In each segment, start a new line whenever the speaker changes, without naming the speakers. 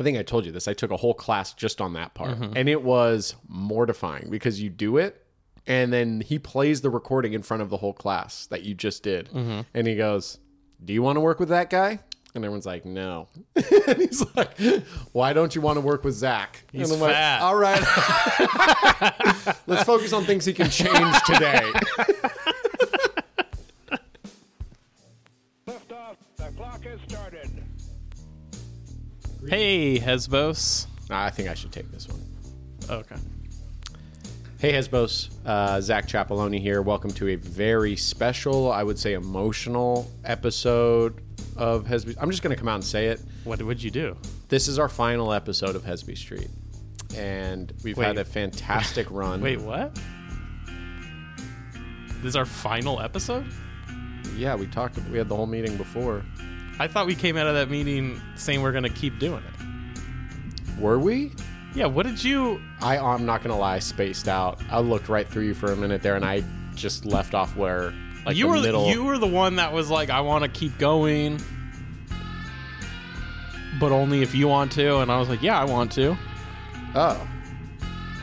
I think I told you this. I took a whole class just on that part,
Mm-hmm.
and it was mortifying because you do it, and then he plays the recording in front of the whole class that you just did,
Mm-hmm.
and he goes, "Do you want to work with that guy?" And everyone's like, "No." and he's like, "Why don't you want to work with Zach?"
He's
and I'm
fat.
like, "All right, let's focus on things he can change today."
Lift off. The clock has started.
Hey, Hesbos.
I think I should take this one.
Oh, Okay.
Hey, Hesbos. Uh, Zach Chapeloni here. Welcome to a very special, I would say emotional episode of Hesby. I'm just going to come out and say it.
What would you do?
This is our final episode of Hesby Street. And we've
Wait.
had a fantastic run.
Wait, what? This is our final episode?
Yeah, we talked. We had the whole meeting before.
I thought we came out of that meeting saying we're going to keep doing it.
Were we?
Yeah, what did you.
I, I'm not going to lie, spaced out. I looked right through you for a minute there and I just left off where, like,
you
the
were
middle.
you were the one that was like, I want to keep going, but only if you want to. And I was like, Yeah, I want to.
oh.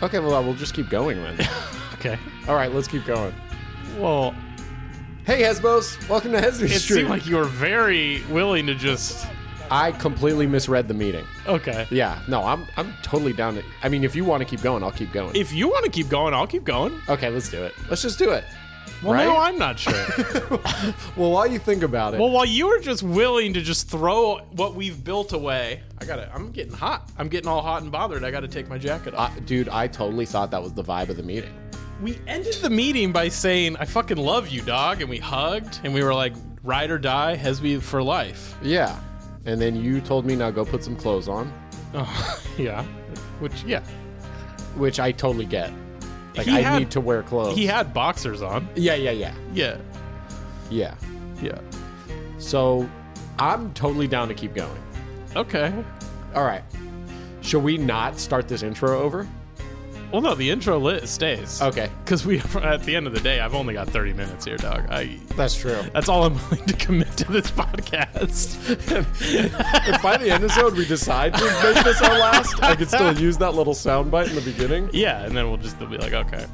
Okay, well, we'll just keep going then.
Okay.
All right, let's keep going.
Well,
Hey, Hesbos. Welcome to Hesby
it
Street.
seemed like you were very willing to just.
I completely misread the meeting.
Okay.
Yeah, no, I'm I'm totally down. To, I mean, if you want to keep going, I'll keep going.
If you want to keep going, I'll keep going.
okay, let's do it. Let's just do it.
Well, now
Right?
I'm not sure.
Well, while you think about it,
Well, while you were just willing to just throw what we've built away, I gotta. I'm getting hot. I'm getting all hot and bothered. I gotta take my jacket off.
I- dude, I totally thought that was the vibe of the meeting.
we ended the meeting by saying, "I fucking love you, dog," and we hugged and we were like, "Ride or die, Hesby for life."
Yeah, and then you told me now go put some clothes on,
Oh, yeah. Which yeah,
which I totally get. Like
He
I
had-
need to wear clothes.
he had boxers on.
yeah, yeah, yeah,
Yeah,
yeah.
yeah.
So I'm totally down to keep going.
Okay.
All right, shall we not start this intro over?
Well, no, the intro lit stays.
Okay,
Because we, at the end of the day, I've only got 30 minutes here, dog. I.
that's true.
That's all I'm willing to commit to this podcast.
if by the episode we decide to make this our last, I could still use that little soundbite in the beginning.
Yeah, and then we'll just they'll be like, okay.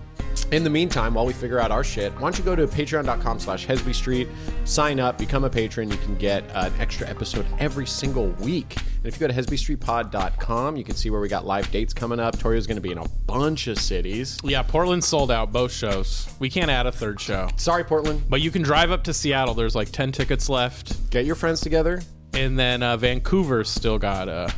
In the meantime, while we figure out our shit, why don't you go to patreon.com slash Hesby Street, sign up, become a patron. You can get an extra episode every single week. And if you go to hesbystreetpod.com, you can see where we got live dates coming up. Torio's going to be in a bunch of cities.
Yeah, Portland sold out both shows. We can't add a third show.
Sorry, Portland.
But you can drive up to Seattle. There's like 10 tickets left.
Get your friends together.
And then uh, Vancouver's still got uh,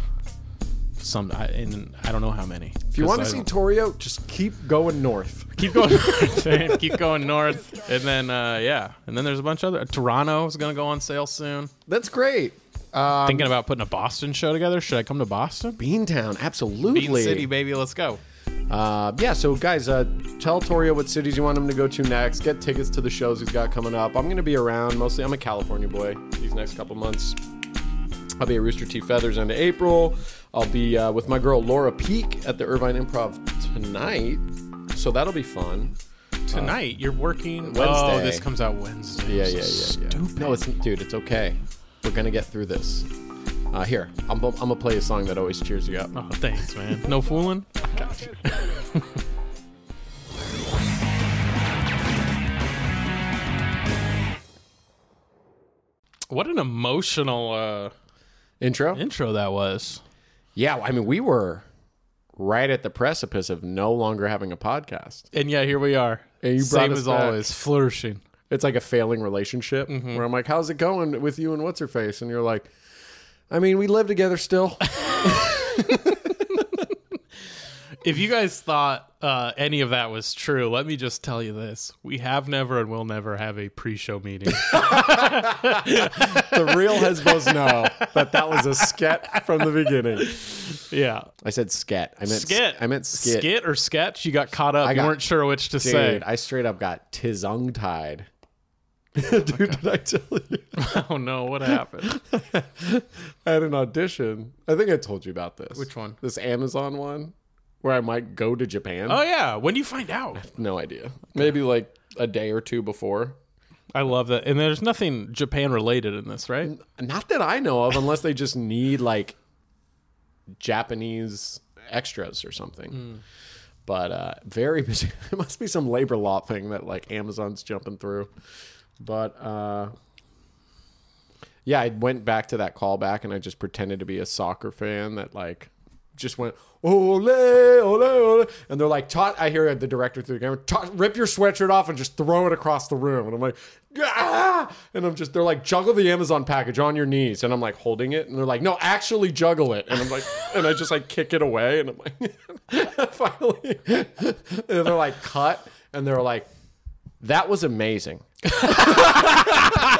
some, I, and I don't know how many.
If you want to see Torio, just keep going north.
keep going north, man. keep going north. And then, uh, yeah. And then there's a bunch of other. Toronto's going to go on sale soon.
That's great. Um,
Thinking about putting a Boston show together. Should I come to Boston?
Beantown, absolutely.
Bean City, baby. Let's go.
Uh, yeah, so guys, uh, tell Torio what cities you want him to go to next. Get tickets to the shows he's got coming up. I'm going to be around mostly. I'm a California boy these next couple months. I'll be at Rooster Teeth Feathers into April. I'll be uh, with my girl Laura Peak at the Irvine Improv tonight. So that'll be fun.
Tonight, you're working. Oh,
Wednesday.
this comes out Wednesday.
Yeah, yeah, yeah. yeah.
Stupid.
No, it's dude, it's okay. We're going to get through this. Uh, here, I'm, I'm going to play a song that always cheers you up.
Oh, thanks, man. No fooling. What an emotional uh,
Intro?
intro that was.
Yeah, I mean, we were right at the precipice of no longer having a podcast.
And yeah, here we are.
And you brought
Same
us
as
back.
always, flourishing.
it's like a failing relationship
Mm-hmm.
where I'm like, "How's it going with you and what's her face?" And you're like, "I mean, we live together still."
If you guys thought uh, any of that was true, let me just tell you this. We have never and will never have a pre show meeting.
the real Hesbos know that that was a sket from the beginning.
yeah.
I said sket. I meant
Skit.
I meant skit.
Skit or sketch? You got caught up.
I got-
you weren't sure which to
Dude,
say.
I straight up got tizung tied. Dude, did I tell you?
oh, no. What happened?
I had an audition. I think I told you about this.
Which one?
This Amazon one, where I might go to Japan.
Oh yeah, when do you find out?
No idea. Maybe like a day or two before.
I love that. And there's nothing Japan related in this, right?
Not that I know of, unless they just need like Japanese extras or something. But uh, very busy. it must be some labor law thing that like Amazon's jumping through. But uh, yeah, I went back to that callback and I just pretended to be a soccer fan that like just went ole ole ole, and they're like, "Tot." I hear the director through the camera, "Tot, rip your sweatshirt off and just throw it across the room." And I'm like, "Ah!" And I'm just, they're like, "Juggle the Amazon package on your knees," and I'm like holding it, and they're like, "No, actually juggle it," and I'm like, and I just like kick it away, and I'm like, finally, and they're like, "Cut," and they're like, "That was amazing."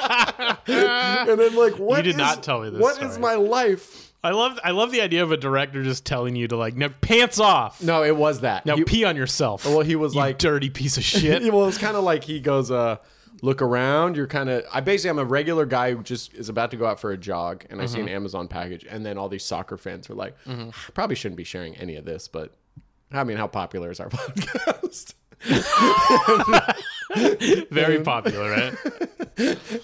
and I'm like, what?
did
is-
not tell me this
What
story.
is my life?
I love I love the idea of a director just telling you to like now pants off.
No, it was that.
Now
You-
pee on yourself.
well, he was
you
like,
dirty piece of shit.
well, it's kind of like he goes, uh, look around. You're kind of, I basically, I'm a regular guy who just is about to go out for a jog, and I see an
Mm-hmm.
Amazon package, and then all these soccer fans are like, probably shouldn't be sharing any of this, but I mean, how popular is our podcast?
Very popular, right?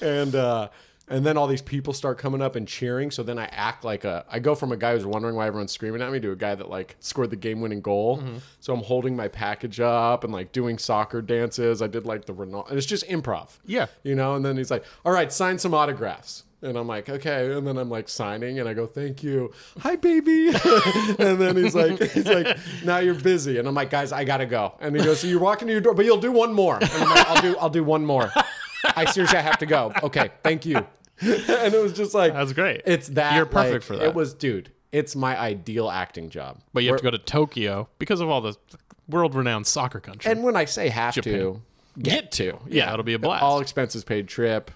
and uh and then all these people start coming up and cheering so then i act like a i go from a guy who's wondering why everyone's screaming at me to a guy that like scored the game-winning goal so i'm holding my package up and like doing soccer dances i did like the Ronaldo. it's just improv
Yeah.
you know and then he's like all right sign some autographs and I'm like, okay. And then I'm like signing, and I go, "Thank you, hi, baby." and then he's like, he's like, "Now you're busy." And I'm like, "Guys, I gotta go." And he goes, "So you're walking to your door, but you'll do one more." And I'm like, "I'll do, I'll do one more." I seriously, I have to go. Okay, thank you. and it was just like
That's great.
It's that
You're perfect
like,
for that.
It was, dude. It's my ideal acting job.
But you have to go to Tokyo because of all the world renowned soccer country.
And when I say have
Japan.
to, get to,
yeah, it'll be a blast.
All expenses paid trip.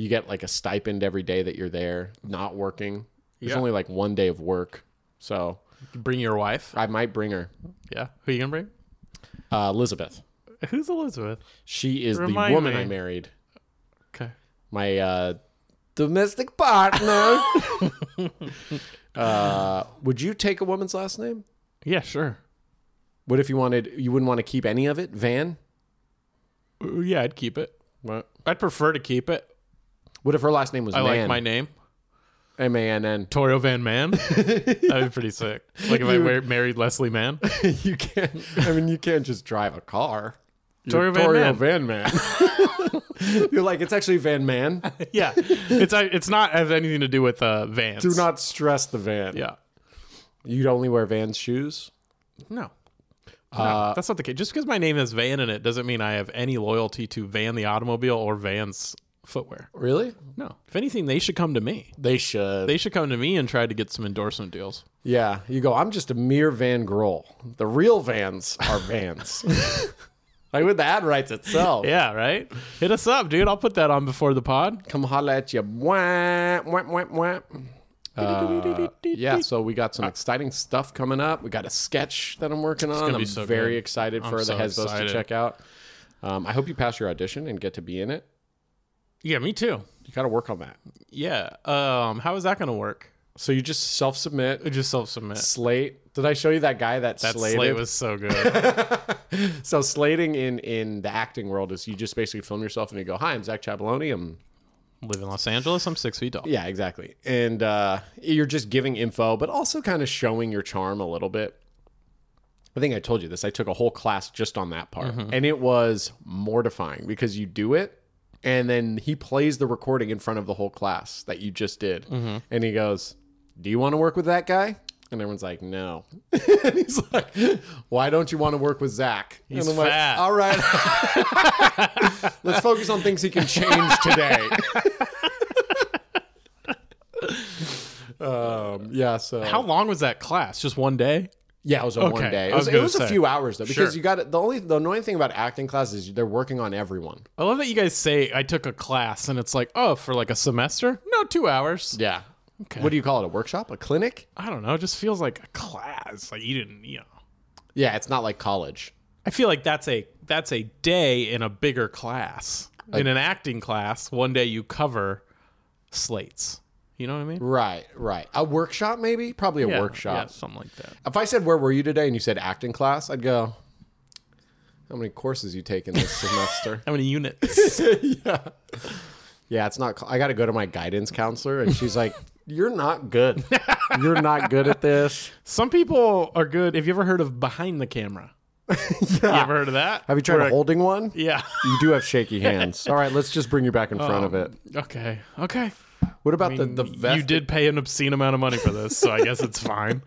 You get like a stipend every day that you're there, not working. There's
Yeah.
only like one day of work, so
bring your wife.
I might bring her,
Yeah. Who you gonna bring?
uh, Elizabeth.
Who's Elizabeth?
She is
Remind
the woman
me.
I married.
Okay.
my uh, domestic partner. uh, would you take a woman's last name?
Yeah, sure.
What if you wanted? You wouldn't want to keep any of it. Van.
Uh, Yeah, I'd keep it.
What?
I'd prefer to keep it.
What if her last name was
I like
Man?
my name.
M A N N.
Torio Van Man. That'd be pretty sick. Like if I
You-
were married Leslie Mann.
You can't. I mean, you can't just drive a car. You're
Torio Van Man.
Van Man. You're like it's actually Van Man.
yeah. It's I- it's not has anything to do with uh Vans.
Do not stress the van.
Yeah.
You'd only wear Van's shoes.
No. Uh, No, that's not the case. Just because my name is Van in it doesn't mean I have any loyalty to Van the automobile or Van's footwear.
Really?
No. If anything, they should come to me.
They should.
They should come to me and try to get some endorsement deals.
yeah. You go. I'm just a mere Van Grohl. The real Vans are Vans. like with the ad rights itself.
Yeah, right? Hit us up, dude. I'll put that on before the pod.
Come holla at you. Wah, wah, wah, wah. Uh, yeah, so we got some
Uh,
exciting stuff coming up. We got a sketch that I'm working on.
gonna
I'm
be so
very
good.
excited for
I'm
the
so
Hezbos
excited.
to check out. Um, I hope you pass your audition and get to be in it.
Yeah, me too.
You got to work on that.
Yeah. Um, how is that gonna work?
So you just self submit,
Just self submit.
slate. Did I show you that guy that,
That
slated?
slate was so good.
so slating in in the acting world is you just basically film yourself and you go, "Hi, I'm Zach Chabaloni. I'm
Live in Los Angeles, I'm six feet tall.
Yeah, exactly. And uh, you're just giving info, but also kind of showing your charm a little bit. I think I told you this. I took a whole class just on that part,
Mm-hmm.
and it was mortifying because you do it, and then he plays the recording in front of the whole class that you just did,
Mm-hmm.
and he goes, "Do you want to work with that guy?" And everyone's like, "No." and he's like, "Why don't you want to work with Zach?"
He's
and like,
fat.
"All right, let's focus on things he can change today." um, yeah. So
How long was that class? Just one day?
yeah, it was a one
Okay,
day. It
I
was,
was
it
gonna
was a
say.
few hours though, because
Sure.
you got the only the annoying thing about acting class is they're working on everyone.
I love that you guys say I took a class and it's like, oh, for like a semester? No, two hours.
Yeah. Okay. What do you call it? A workshop? A clinic?
I don't know. It just feels like a class. Like you didn't, you know.
Yeah, it's not like college.
I feel like that's a that's a day in a bigger class. in an acting class, one day you cover slates. You know what I mean?
Right, right. A workshop maybe? Probably a workshop.
yeah, something like that.
If I said where were you today and you said acting class, I'd go how many courses you taken this semester?
How many units?
yeah. yeah, it's not. I got to go to my guidance counselor, and she's like, "You're not good. You're not good at this."
Some people are good. Have you ever heard of behind the camera? You ever heard of that?
Have you tried
Where-
holding one?
Yeah.
You do have shaky hands. All right, let's just bring you back in front of it.
Okay. Okay.
What about the the vest?
Um, you did pay an obscene amount of money for this, so I guess it's fine.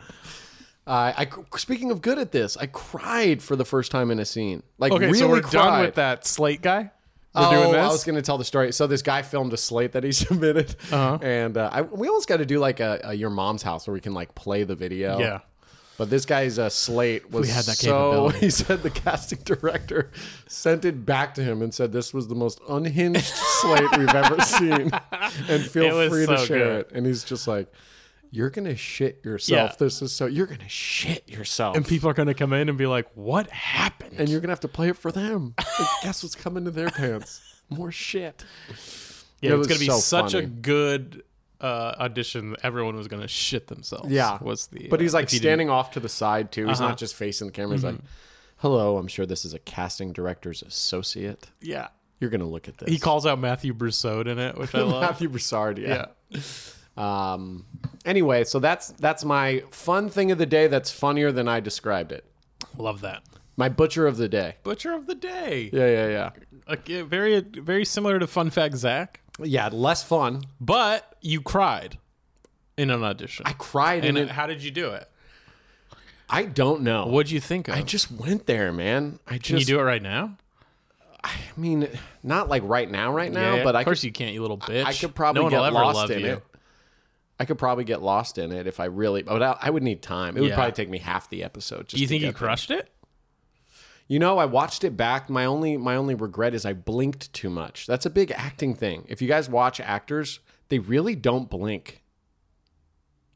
I, I cr- speaking of good at this, I cried for the first time in a scene. Like
Okay,
really
so we're
cried.
done with that slate guy. We're
oh,
doing this.
I was going to tell the story. So this guy filmed a slate that he submitted,
Uh-huh.
and uh, I, we almost got to do like a, a your mom's house where we can like play the video.
yeah.
But this guy's uh, slate was
had that
so.
capability.
He said the casting director sent it back to him and said this was the most unhinged slate we've ever seen, and
It
feel
was
free to
so
share
good.
it. And he's just like, "You're gonna shit yourself.
Yeah.
This is so. You're gonna shit yourself."
And people are going to come in and be like, what happened?
and you're gonna have to play it for them. Like, guess what's coming to their pants? More shit.
yeah,
it
it's
was
going to be
so
such
funny.
a good uh, audition. that Everyone was going to shit themselves.
Yeah,
Was the,
but he's
uh,
like
if you Uh-huh.
standing off to the side too. He's not just facing the camera. He's like,
Mm-hmm.
"Hello, I'm sure this is a casting director's associate.
didn't- Yeah.
You're gonna look at this."
He calls out Matthew Brousseau in it, which I love.
Matthew Broussard.
yeah.
Yeah. Um. Anyway, so that's that's my fun thing of the day. That's funnier than I described it.
Love that.
My butcher of the day.
Butcher of the day.
Yeah, yeah, yeah.
Like, yeah, very, very similar to Fun Fact Zach,
Yeah, less fun.
but you cried in an audition.
I cried
and
in it.
how did you do it?
I don't know.
What'd you think of?
I just went there, man. I just
Can you do it right now?
I mean, not like right now, right now,
Yeah,
but I
of course
could,
you can't, you little bitch.
I could probably
no one
get
will ever
lost
love
in
you.
it. I could probably get lost in it if I really. But I, I would need time. It would
Yeah.
probably take me half the episode. Just
Do you
to
think you
get there.
crushed it?
You know, I watched it back. My only my only regret is I blinked too much. That's a big acting thing. If you guys watch actors, they really don't blink.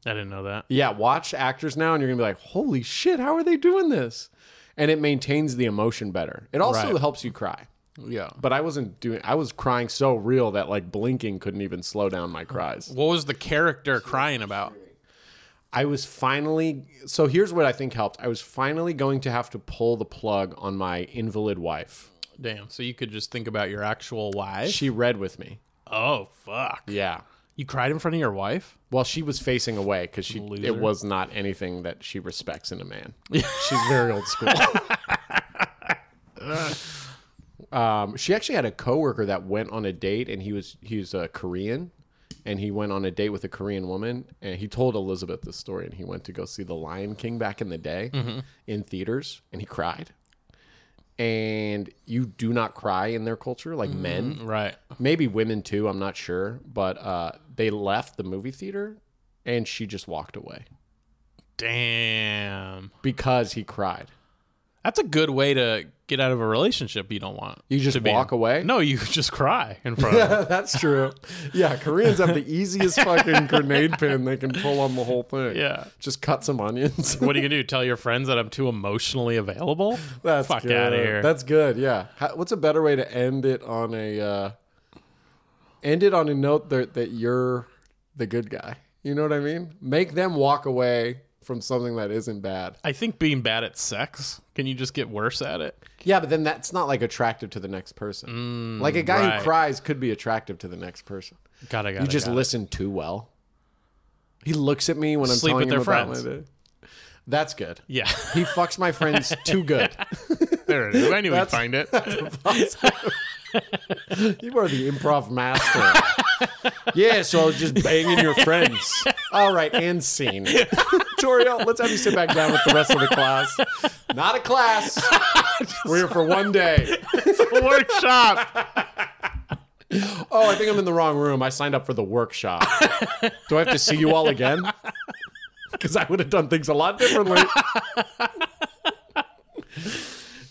I didn't know that.
Yeah, watch actors now, and you're gonna be like, "Holy shit, how are they doing this?" And it maintains the emotion better. It also
Right.
helps you cry.
Yeah.
But I wasn't doing. I was crying so real that like blinking couldn't even slow down my cries.
What was the character crying about?
I was finally so here's what I think helped. I was finally going to have to pull the plug on my invalid wife.
Damn. So you could just think about your actual wife.
She read with me.
oh fuck.
Yeah.
You cried in front of your wife?
Well, she was facing away because she
Loser.
it was not anything that she respects in a man. She's very old school. um, she actually had a coworker that went on a date, and he was he was a Korean, and he went on a date with a Korean woman, and he told Elizabeth this story, and he went to go see The Lion King back in the day in theaters, and he cried. And you do not cry in their culture, like men
Right.
maybe women too i'm not sure but uh, they left the movie theater and she just walked away
Damn.
because he cried
That's a good way to get out of a relationship you don't want.
You just
to be in.
walk away?
No, you just cry in front of them.
that's true yeah koreans have the easiest fucking grenade pin they can pull on the whole thing
Yeah.
just cut some onions
What are you gonna do? Tell your friends that I'm too emotionally available?
that's
Fuck
good.
outta here.
that's good yeah How, what's a better way to end it on a uh, end it on a note that, that you're the good guy you know what i mean make them walk away from something that isn't bad
I think being bad at sex, can you just get worse at it?
Yeah, but then that's not like attractive to the next person. like a guy
Mm, right.
who cries could be attractive to the next person.
Gotta gotta
You just
gotta.
listen too well. He looks at me when I'm
Sleep
telling
with their
him about
friends.
my day. That's good.
Yeah.
He fucks my friends too good.
there it is. I knew we'd find it.
You are the improv master. yeah, so I was just banging your friends. All right, and scene. Toriel, let's have you sit back down with the rest of the class. Not a class. We're here for one day.
Workshop.
Oh, I think I'm in the wrong room. I signed up for the workshop. Do I have to see you all again? Because I would have done things a lot differently.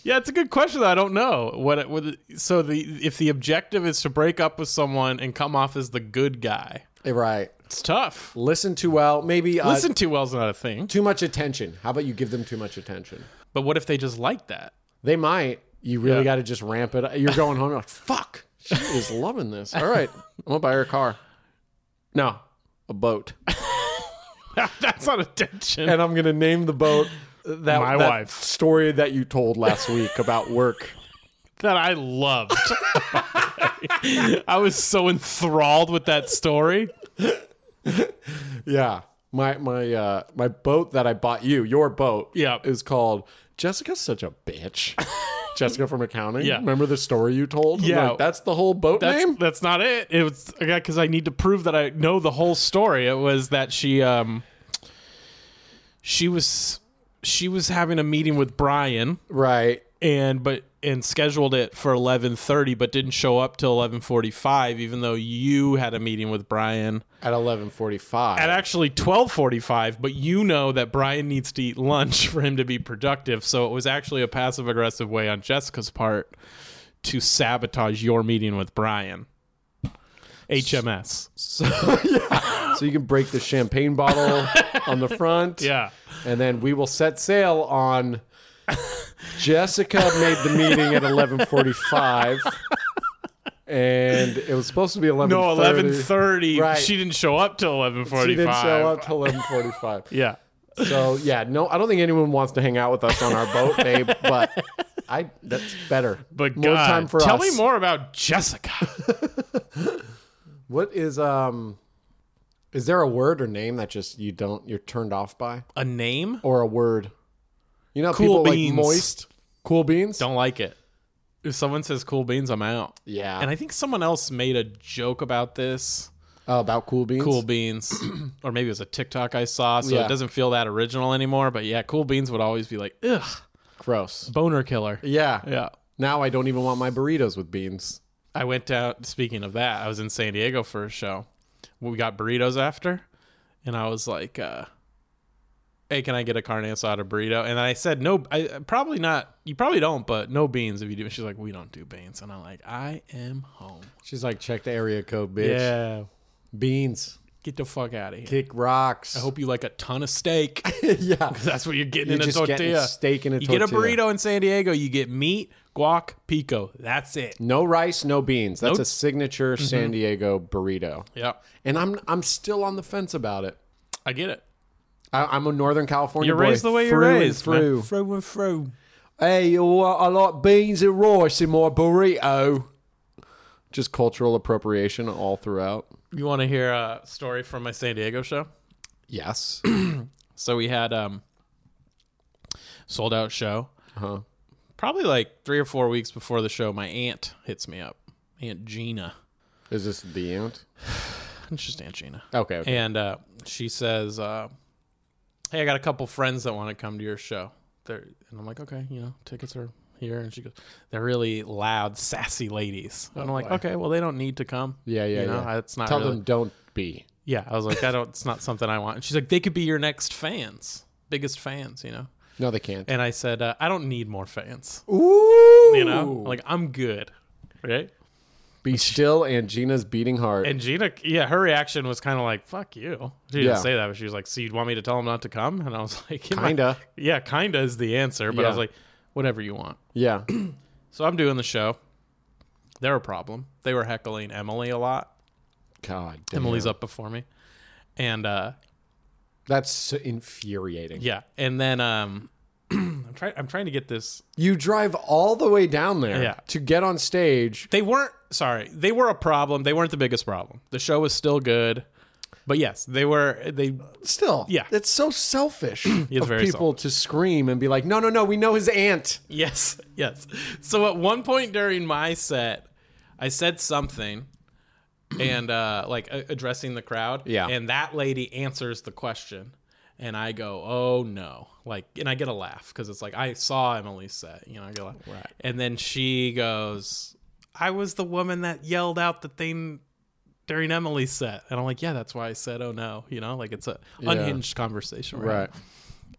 Yeah, it's a good question. Though. I don't know what. It, what it- so the if the objective is to break up with someone and come off as the good guy,
right.
it's tough.
Listen too well. Maybe uh,
Listen too well's not a thing.
too much attention. How about you give them too much attention?
But what if they just like that?
They might. You really
Yeah.
got to just ramp it. up. You're going home. You're like, fuck. She is loving this. All right, I'm gonna buy her a car. No, a boat.
That's not attention.
And I'm gonna name the boat that
My
that
wife.
story that you told last week about work.
that I loved. I was so enthralled with that story.
Yeah. My my uh my boat that I bought you, your boat,
Yeah.
is called Jessica's such a bitch. Jessica from accounting.
Yeah.
Remember the story you told? I'm
Yeah.
like, that's the whole boat
That's
name?
that's not it. It was because I need to prove that I know the whole story. It was that she um she was she was having a meeting with Brian
Right.
and but and scheduled it for 11:30 but didn't show up till 11:45 even though you had a meeting with Brian
At eleven forty
at
five.
actually 12:45 but you know that Brian needs to eat lunch for him to be productive so it was actually a passive aggressive way on Jessica's part to sabotage your meeting with Brian HMS
So you can break the champagne bottle on the front.
yeah
And then we will set sail on Jessica made the meeting at eleven forty five. And it was supposed to be eleven.
no 11:30
Right.
she didn't show up till 11:45
She didn't show up till eleven forty five.
yeah
So yeah, no, I don't think anyone wants to hang out with us on our boat, babe. But I that's better.
but
more
God,
time for
tell
us.
me more about Jessica
What is um, is there a word or name that just you don't you're turned off by,
a name
or a word? You know,
Cool
people
beans.
like moist, cool beans.
don't like it if someone says cool beans I'm out
Yeah.
and I think someone else made a joke about this
oh, about cool beans.
Cool Beans, or maybe it was a TikTok I saw, so
Yeah.
it doesn't feel that original anymore. But yeah, Cool Beans would always be like, ugh,
Gross.
boner killer.
Yeah.
Yeah.
Now I don't even want my burritos with beans.
I went out, speaking of that, I was in San Diego for a show. We got burritos after, and I was like, uh, hey, can I get a carne asada burrito? And I said, no, I probably not. You probably don't, but no beans if you do. And she's like, we don't do beans. And I'm like, I am home.
She's like, check the area code, bitch.
Yeah.
Beans,
Get the fuck out of here.
kick rocks.
I hope you like a ton of steak.
yeah.
That's what you're getting
You're
in a
just
tortilla.
getting steak in a
you
tortilla.
get a burrito in San Diego, you get meat, guac, pico. That's it.
No rice, no beans. That's
Nope. Mm-hmm.
a signature San Diego burrito.
Yeah,
And I'm I'm still on the fence about it.
I get it.
I, I'm a Northern California
You're
boy.
raised the way you're
through and
raised, man.
through.
Through and through.
Hey, yo, uh, I like beans and rice in my burrito. Just cultural appropriation all throughout.
You want to hear a story from my San Diego show?
Yes.
So we had um sold out show.
Uh-huh.
Probably like three or four weeks before the show, my aunt hits me up. Aunt Gina.
Is this the aunt?
It's just Aunt Gina.
Okay. okay.
And uh, she says, uh, "Hey, I got a couple friends that want to come to your show." They're, and I'm like, "Okay, you know, tickets are here." And she goes, "They're really loud, sassy ladies." And I'm like, "Okay, well, they don't need to come."
Oh, Yeah, yeah,
You know,
yeah.
It's not
Tell
really-
them don't be.
Yeah, I was like, "I don't. It's not something I want." And she's like, "They could be your next fans, biggest fans," you know.
No, they can't.
And I said, uh, "I don't need more fans.
Ooh.
You know, like I'm good." Right.
be still and Gina's beating heart.
And Gina, yeah, her reaction was kind of like, fuck you. She didn't
Yeah.
say that, but she was like, so you'd want me to tell him not to come? And I was like,
Kinda.
Yeah, kinda is the answer. But I
Yeah.
was like, whatever you want.
yeah.
So I'm doing the show. They're a problem. They were heckling Emily a lot.
God. damn.
Emily's up before me. And uh
That's so infuriating.
yeah. And then um I'm trying I'm trying to get this.
You drive all the way down there
Yeah.
to get on stage.
They weren't sorry, they were a problem. They weren't the biggest problem. The show was still good. But yes, they were they
Still,
Yeah.
it's so selfish of
very
people to scream and be like, "No, no, no, we know his aunt."
Yes, yes. So at one point during my set, I said something and uh like a- addressing the crowd
Yeah.
and that lady answers the question and I go, "Oh no." Like and I get a laugh cuz it's like I saw Emily's set, you know, I go like right. and then she goes, "I was the woman that yelled out the thing during Emily's set." And I'm like, "Yeah, that's why I said, "Oh no." You know, like it's a unhinged conversation, right?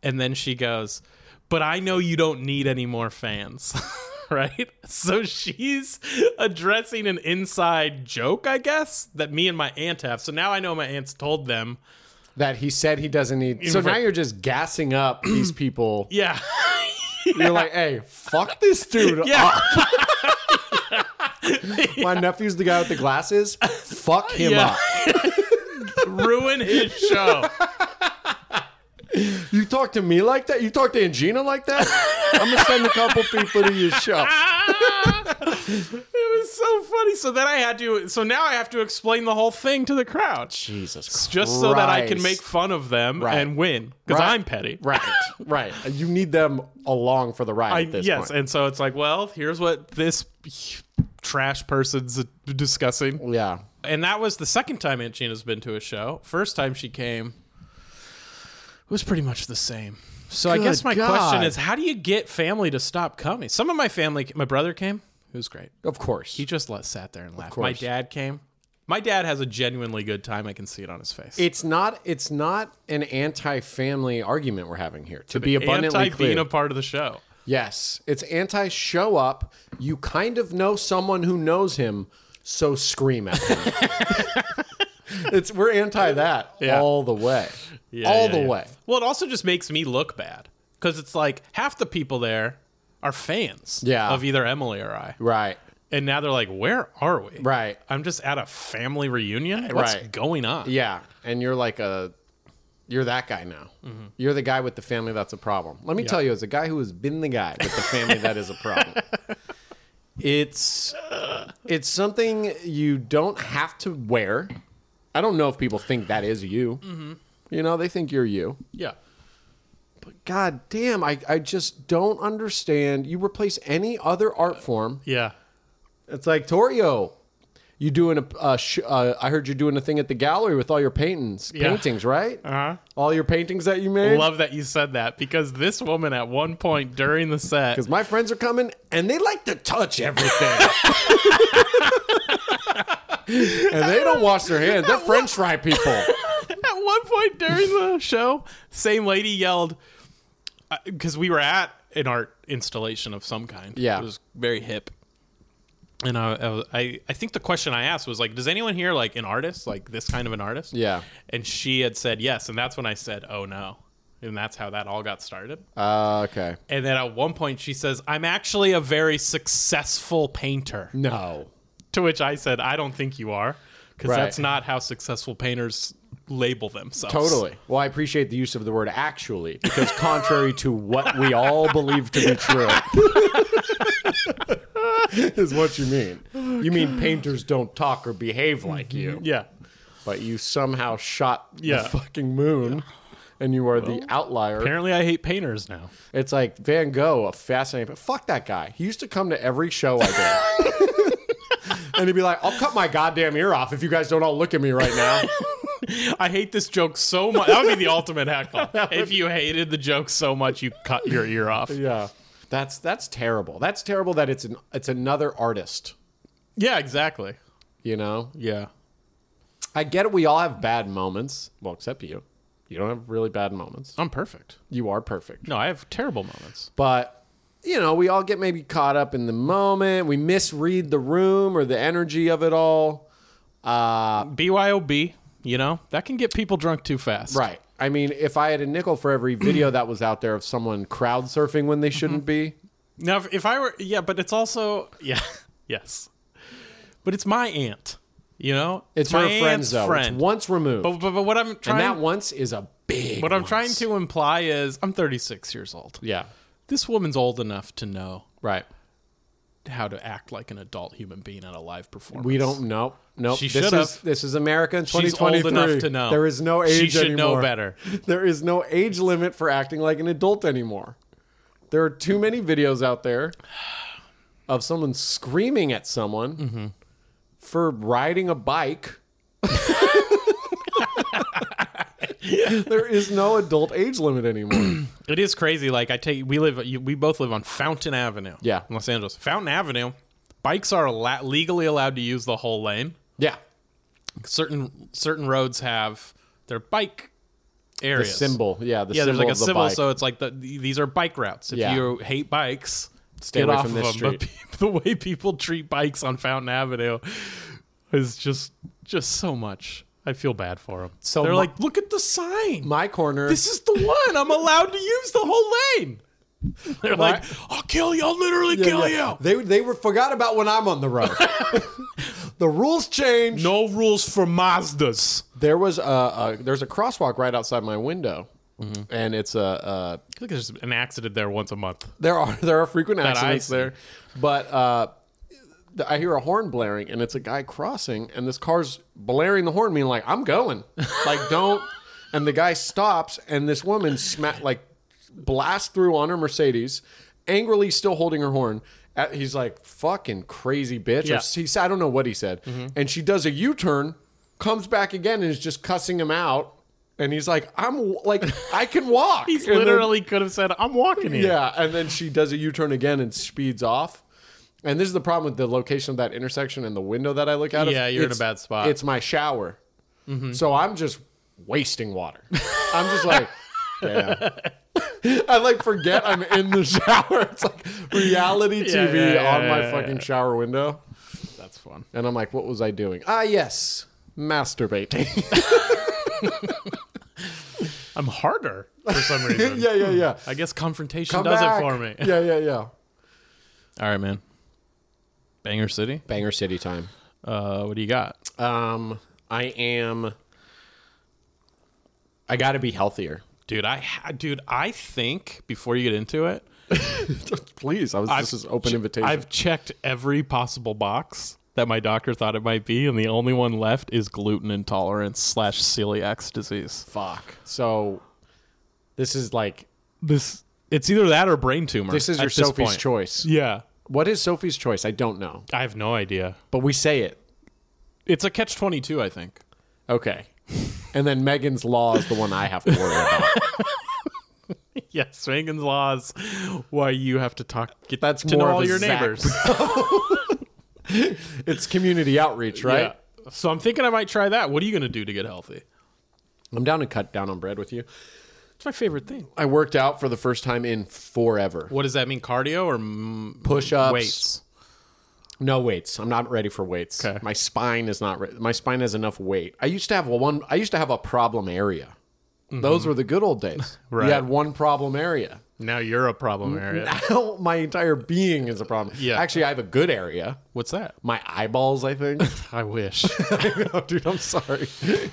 And then she goes, But I know you don't need any more fans. right? So she's addressing an inside joke, I guess, that me and my aunt have. So now I know my aunt's told them.
That he said he doesn't need. So
Even if
now
I-
you're just gassing up these people.
Yeah.
You're like, "Hey, fuck this dude
Yeah.
up." My nephew's the guy with the glasses. Fuck him
Yeah.
up.
Ruin his show.
You talk to me like that? You talk to Angina like that? I'm gonna send a couple people to your show.
it was so funny. So then I had to. So now I have to explain the whole thing to the crowd,
Jesus
just so that I can
Christ.
make fun of them
Right.
and win because
Right.
I'm petty.
Right, right. You need them along for the ride
I,
at this
yes,
point.
and so it's like, well, here's what this trash person's discussing.
yeah.
And that was the second time Aunt Gina's been to a show. First time she came, it was pretty much the same. So I
Good
guess my
God.
question is, how do you get family to stop coming? Some of my family, my brother came, who was great.
Of course.
He just let, sat there and laughed. My
course.
dad came. My dad has a genuinely good time. I can see it on his face.
it's not it's not an anti-family argument we're having here. To be abundantly
Anti
clear.
being a part of the show.
yes. It's anti show up. You kind of know someone who knows him, so scream at him. it's we're anti that
Yeah.
all the way.
Yeah,
all
yeah,
the
yeah.
way.
Well, it also just makes me look bad because it's like half the people there are fans
Yeah.
of either Emily or I.
Right.
And now they're like, where are we?
Right.
I'm just at a family reunion. What's
Right.
going on?
Yeah, and you're like a, you're that guy now. You're the guy with the family that's a problem. Let me tell you, as a guy who has been the guy with the family that is a problem, it's it's something you don't have to wear. I don't know if people think that is you. You know, they think you're you.
Yeah.
But god damn, I, I just don't understand. You replace any other art form.
Yeah.
It's like Torio. You doing a? a sh- uh, I heard you're doing a thing at the gallery with all your paintings,
Yeah.
paintings, right?
Uh-huh.
all your paintings that you made?
Love that you said that because this woman at one point during the set
Because my friends are coming and they like to touch everything. and they don't wash their hands. They're French fry people.
At one point during the show, same lady yelled because we were at an art installation of some kind.
Yeah.
it was very hip. And I- I, was- I, I think the question I asked was like, "Does anyone here like an artist, like this kind of an artist?"
Yeah.
And she had said yes, and that's when I said, "Oh no," and that's how that all got started.
Uh, okay.
And then at one point she says, "I'm actually a very successful painter,"
No.
to which I said, "I don't think you are, because
Right.
that's not how successful painters label themselves."
Totally. Well, I appreciate the use of the word actually because, contrary to what we all believe to be true, is what you mean. Mm-hmm. You mean painters don't talk or behave like you.
Yeah.
but you somehow shot
Yeah.
the fucking moon and you are the outlier.
Apparently, I hate painters now.
it's like Van Gogh, a fascinating. Fuck that guy. He used to come to every show I did. and he'd be like, I'll cut my goddamn ear off if you guys don't all look at me right now.
I hate this joke so much. That would be the ultimate heckle. If you hated the joke so much, you cut your ear off.
yeah. That's that's terrible. That's terrible that it's an it's another artist,
Yeah, exactly.
you know?
Yeah.
I get it, we all have bad moments. Well, except you. You don't have really bad moments.
I'm perfect.
You are perfect.
No, I have terrible moments.
but you know we all get maybe caught up in the moment we misread the room or the energy of it all uh,
BYOB, you know, that can get people drunk too fast.
right i mean if i had a nickel for every video that was out there of someone crowd surfing when
Mm-hmm.
they shouldn't be
Now, if, if I were, yeah, but it's also, yeah, yes. But it's my aunt, you know?
it's
my
her friends
aunt's
though
Friend.
It's once removed
but, but, but what I'm
and
trying,
that once is a big
what I'm
once.
trying to imply is I'm 36 years old.
yeah
This woman's old enough to know
right
how to act like an adult human being at a live performance.
we don't know no
She
this
should've.
is this is america in
She's old
2023
enough to know.
there is no age
She should
anymore.
know better.
there is no age limit for acting like an adult anymore. There are too many videos out there of someone screaming at someone
Mm-hmm.
for riding a bike. there is no adult age limit anymore.
It is crazy. Like I take, we live, you- we both live on Fountain Avenue.
Yeah.
in Los Angeles. Fountain Avenue, bikes are alla- legally allowed to use the whole lane.
yeah.
Certain certain roads have their bike
The
areas.
symbol. Yeah, the symbol
Yeah, there's like a
of the
symbol,
bike.
so it's like the, these are bike routes. If
Yeah.
you hate bikes,
Stay
get
away
off
from
of
this
them. But people, the way people treat bikes on Fountain Avenue is just just so much. I feel bad for them.
So
they're
my-
like, look at the sign.
My corner.
This is the one I'm allowed to use the whole lane. They're like, I'll kill you. I'll literally kill you.
They they were forgot about when I'm on the road. the rules change.
No rules for Mazdas.
There was a, a there's a crosswalk right outside my window, and it's a, a
I think there's an accident there once a month.
there are there are frequent accidents
I see.
there, but uh, th- I hear a horn blaring and it's a guy crossing and this car's blaring the horn, meaning like I'm going, like don't. And the guy stops and this woman sma- like blasts through on her Mercedes, angrily still holding her horn. At- He's like fucking crazy bitch. Or
Yeah. Mm-hmm.
s- he said I don't know what he said, and she does a U turn, comes back again and is just cussing him out. And he's like, I'm w- like I can walk.
He's
And then-
literally could have said, "I'm walking here."
yeah, and then she does a U turn again and speeds off. And this is the problem with the location of that intersection and the window that I look out of.
Yeah, you're in a
It's-
bad spot. Mm-hmm.
It's my shower. So I'm just wasting water. I'm just like, damn. I like forget I'm in the shower. It's like reality
Yeah,
TV
yeah, yeah,
on my
yeah,
fucking shower window.
that's fun.
And I'm like, what was I doing? Ah, yes, masturbating.
I'm harder for some reason.
yeah, yeah, yeah.
I guess confrontation
Come
does
back.
it for me.
Yeah, yeah, yeah.
All right, man. Banger City.
Banger City time.
Uh, what do you got?
Um, I am. I got to be healthier.
Dude, I ha- dude, I think before you get into it,
Please, I was.
I've
this is open
che-
invitation.
I've checked every possible box that my doctor thought it might be, and the only one left is gluten intolerance slash celiac disease.
fuck. So, this is like
This it's either that or brain tumor.
this is
at
your Sophie's
point.
choice.
Yeah,
What is Sophie's choice? I don't know,
I have no idea.
but we say it.
It's a catch twenty two, I think.
Okay. And then Megan's Law is the one I have to worry about.
Yes, Reagan's laws. Why you have to talk? Get
That's
to
more
know
of
all
a
your
Zach
neighbors,
It's community outreach, right?
Yeah. So I'm thinking I might try that. What are you gonna do to get healthy?
I'm down to cut down on bread with you.
It's my favorite thing.
I worked out for the first time in forever.
What does that mean? Cardio or mm,
Push-ups.
Weights.
No weights. I'm not ready for weights.
Okay.
My spine is not. Re- my spine has enough weight. I used to have one. I used to have a problem area. Those were the good old days.
Mm-hmm. Right.
You had one problem area.
Now you're a problem area.
Now my entire being is a problem.
Yeah.
Actually, I have a good area.
What's that?
My eyeballs, I think.
I wish.
I know, dude. I'm sorry. you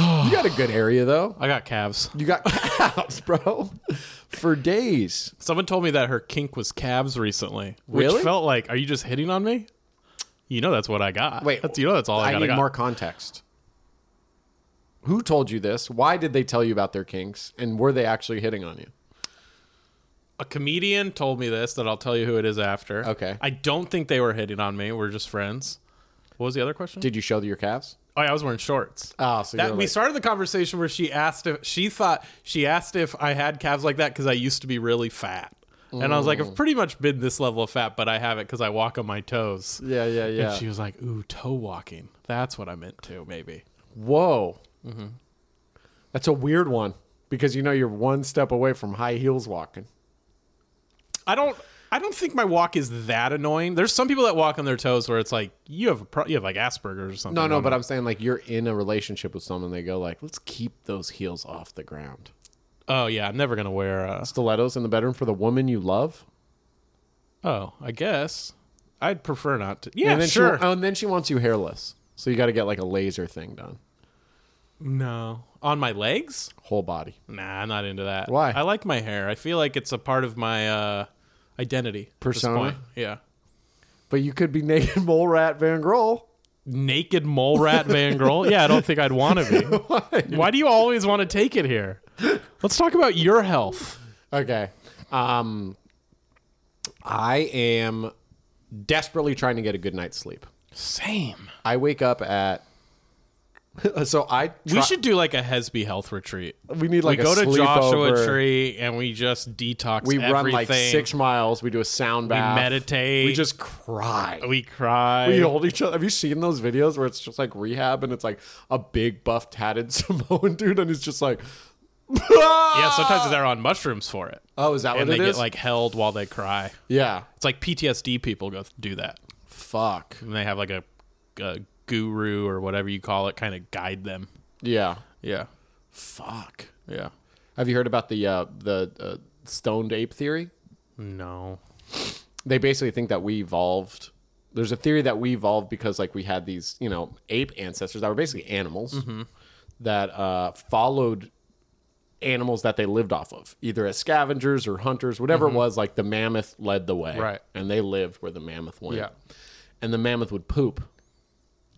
got a good area though.
I got calves.
You got calves, bro, for days.
Someone told me that her kink was calves recently,
Really?
which felt like, are you just hitting on me? You know that's what I got.
Wait,
that's, you know that's all I,
I
got. I
need
got.
more context. Who told you this? Why did they tell you about their kinks? And were they actually hitting on you?
A comedian told me this that I'll tell you who it is after.
Okay.
I don't think they were hitting on me. We're just friends. What was the other question?
Did you show your calves?
oh, yeah, I was wearing shorts.
Oh, so
that,
you're
we
like-
started the conversation where she asked if she thought she asked if I had calves like that because I used to be really fat, and I was like,
Mm.
I've pretty much been this level of fat, but I have it because I walk on my toes.
Yeah, yeah, yeah.
And she was like, "Ooh, toe walking. That's what I'm into, maybe."
Whoa.
Mm-hmm.
That's a weird one because you know you're one step away from high heels walking.
I don't. I don't think my walk is that annoying. There's some people that walk on their toes where it's like you have a pro- you have like Asperger's or something.
No, no, but I'm saying like you're in a relationship with someone. They go like, let's keep those heels off the ground.
oh yeah, I'm never gonna wear. A,
Stilettos in the bedroom for the woman you love.
oh, I guess I'd prefer not to. Yeah,
and then
sure.
She, oh, and then she wants you hairless, so you got to get like a laser thing done,
no, on my legs.
whole body.
Nah, I'm not into that.
Why?
I like my hair. I feel like it's a part of my uh, identity. at this
Persona?
point. Yeah.
But you could be naked mole rat Van Grohl.
Naked mole rat Van Grohl. Yeah, I don't think I'd want to be. Why? do you always want to take it here? Let's talk about your health.
Okay. Um, I am desperately trying to get a good night's sleep.
Same.
I wake up at. so I
We should do like a Hesby health retreat.
we need like
we go
a
to Joshua
sleepover.
Tree and we just detox.
We run like
everything.
six miles. We do a sound bath.
meditate.
We just cry.
We cry.
We hold each other. Have you seen those videos where it's just like rehab and it's like a big buff tatted Samoan dude and he's just like,
yeah, sometimes they're on mushrooms for it,
oh, is that what
and they
it
get
is?
like held while they cry.
yeah,
It's like PTSD people go th- do that.
fuck,
and they have like a, a guru or whatever you call it kind of guide them
yeah,
yeah
fuck.
yeah
Have you heard about the uh, the uh, stoned ape theory?
no
They basically think that we evolved. There's a theory that we evolved because like we had these you know ape ancestors that were basically animals
Mm-hmm.
that uh, followed animals that they lived off of, either as scavengers or hunters, whatever it was. Like the mammoth led the way,
Mm-hmm. Right.
And they lived where the mammoth went.
Yeah.
and the mammoth would poop,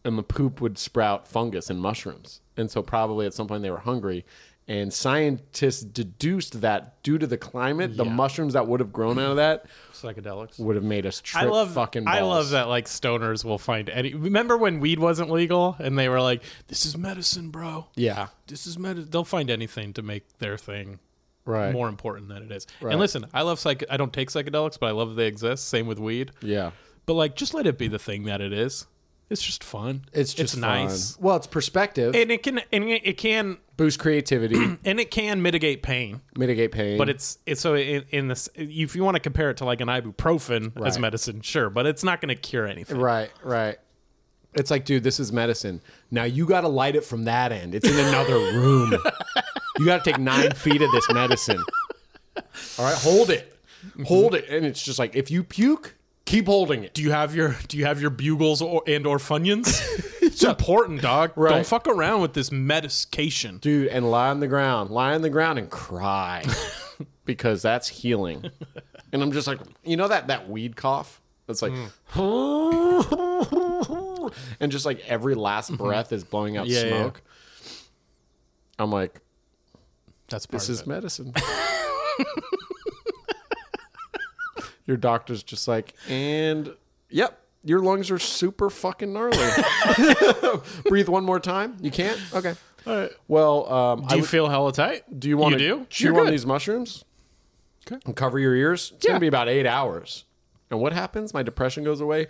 and the poop would sprout fungus and mushrooms. And so probably at some point they were hungry, and scientists deduced that due to the climate, the mushrooms that would have grown out of that
Psychedelics.
would have made us trip
I love
fucking. Balls.
I love that like stoners will find any. Remember when weed wasn't legal and they were like, "This is medicine, bro.
Yeah.
This is med." They'll find anything to make their thing
Right.
more important than it is.
Right.
And listen, I love psych. I don't take psychedelics, but I love they exist. Same with weed.
Yeah.
But like, just let it be the thing that it is. It's just fun.
It's just
nice,
fun. Well, it's perspective,
and it can and it it can
boost creativity,
and it can mitigate pain.
mitigate pain.
But it's it's so in, in this if you want to compare it to like an ibuprofen as
Right.
medicine, sure, but it's not going to cure anything.
Right, right. It's like, dude, this is medicine. Now you got to light it from that end. It's in another room. You got to take nine feet of this medicine. All right, hold it, hold it, and it's just like if you puke, keep holding it.
Do you have your Do you have your bugles or and or funions? it's important, dog.
Right.
Don't fuck around with this medication.
Dude, and lie on the ground, lie on the ground and cry because that's healing. And I'm just like, you know that that weed cough. It's like, and just like every last breath is blowing out
Mm. Mm-hmm. Yeah, yeah, yeah.
smoke. I'm like,
That's part
This
of
is
it.
medicine. Your doctor's just like, and yep, your lungs are super fucking gnarly. Breathe one more time. You can't? Okay.
All right.
Well, um,
Do you feel hella tight?
do you want to
You do?
chew
You're
on
good.
these mushrooms?
Okay.
And cover your ears. It's
Yeah.
gonna be about eight hours. And what happens? My depression goes away.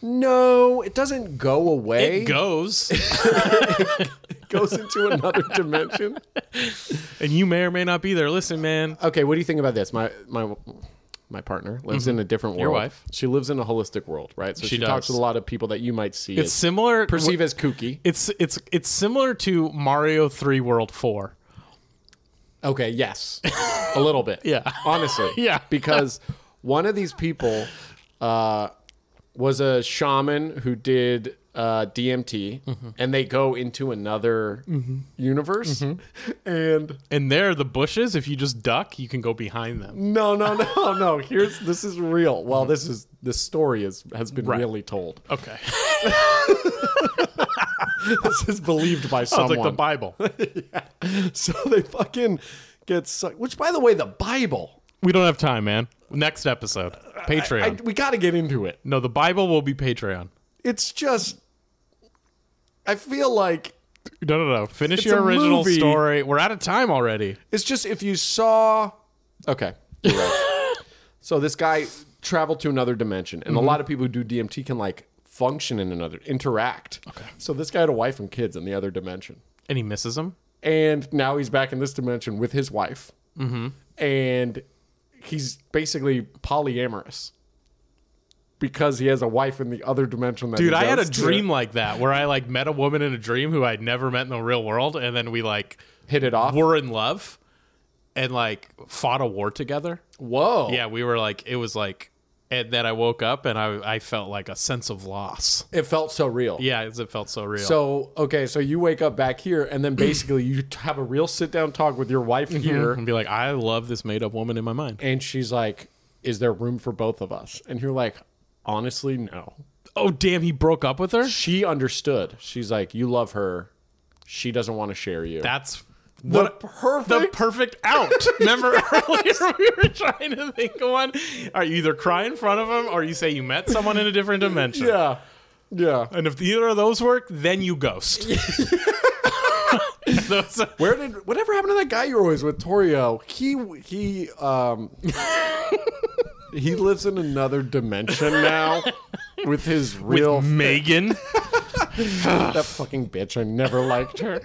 No, it doesn't go away.
It goes,
it goes into another dimension.
and you may or may not be there. Listen, man.
okay, what do you think about this? My my my partner lives in a different world.
Mm-hmm. Your wife.
She lives in a holistic world, right? So she,
She
talks
does.
with a lot of people that you might see
It's
as,
similar.
perceive as kooky.
It's it's it's similar to Mario Three World Four.
Okay, yes. a little bit.
Yeah.
Honestly.
Yeah.
Because one of these people uh, was a shaman who did uh, DMT
Mm-hmm.
and they go into another universe.
Mm-hmm.
And
And there, the bushes. If you just duck, you can go behind them.
no, no, no, no. Here's this is real. Well, this is this story is has been really told.
Okay,
this is believed by
sounds
someone.
like the Bible.
so they fucking get sucked. Which, by the way, the Bible.
we don't have time, man. Next episode, Patreon.
I, we got to get into it.
no, the Bible will be Patreon.
It's just, I feel like
No, no, no. Finish
It's
your
a
original
movie.
story. We're out of time already.
it's just if you saw. Okay. you're right. so this guy traveled to another dimension,
Mm-hmm.
and a lot of people who do DMT can like function in another, interact. Okay. So this guy had a wife and kids in the other dimension.
And he misses him.
and now he's back in this dimension with his wife,
Mm-hmm.
and he's basically polyamorous because he has a wife in the other dimension. That
Dude,
he
I had a
goes to.
dream like that where I like met a woman in a dream who I'd never met in the real world, and then we like
hit it off.
were in love and like fought a war together.
Whoa,
Yeah, we were like it was like and then I woke up and I I felt like a sense of loss.
it felt so real.
Yeah, it's- it felt so real.
So okay, so you wake up back here, and then basically you t- have a real sit down talk with your wife here,
and be like, I love this made up woman in my mind.
and she's like, "Is there room for both of us?" And you're like, "Honestly, no."
Oh damn, he broke up with her.
She understood. She's like, "You love her. She doesn't want to share you."
That's
the
what
perfect
the perfect out. Remember earlier we were trying to think of one. Are you either cry in front of him or you say you met someone in a different dimension?
Yeah. Yeah.
And if either of those work, then you ghost. Those are-
Where did whatever happened to that guy you were always with, Torio? He he um he lives in another dimension now with his real
with Megan.
that fucking bitch. I never liked her.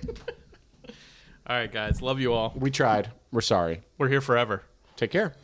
All right, guys. Love you all.
We tried. We're sorry.
We're here forever.
Take care.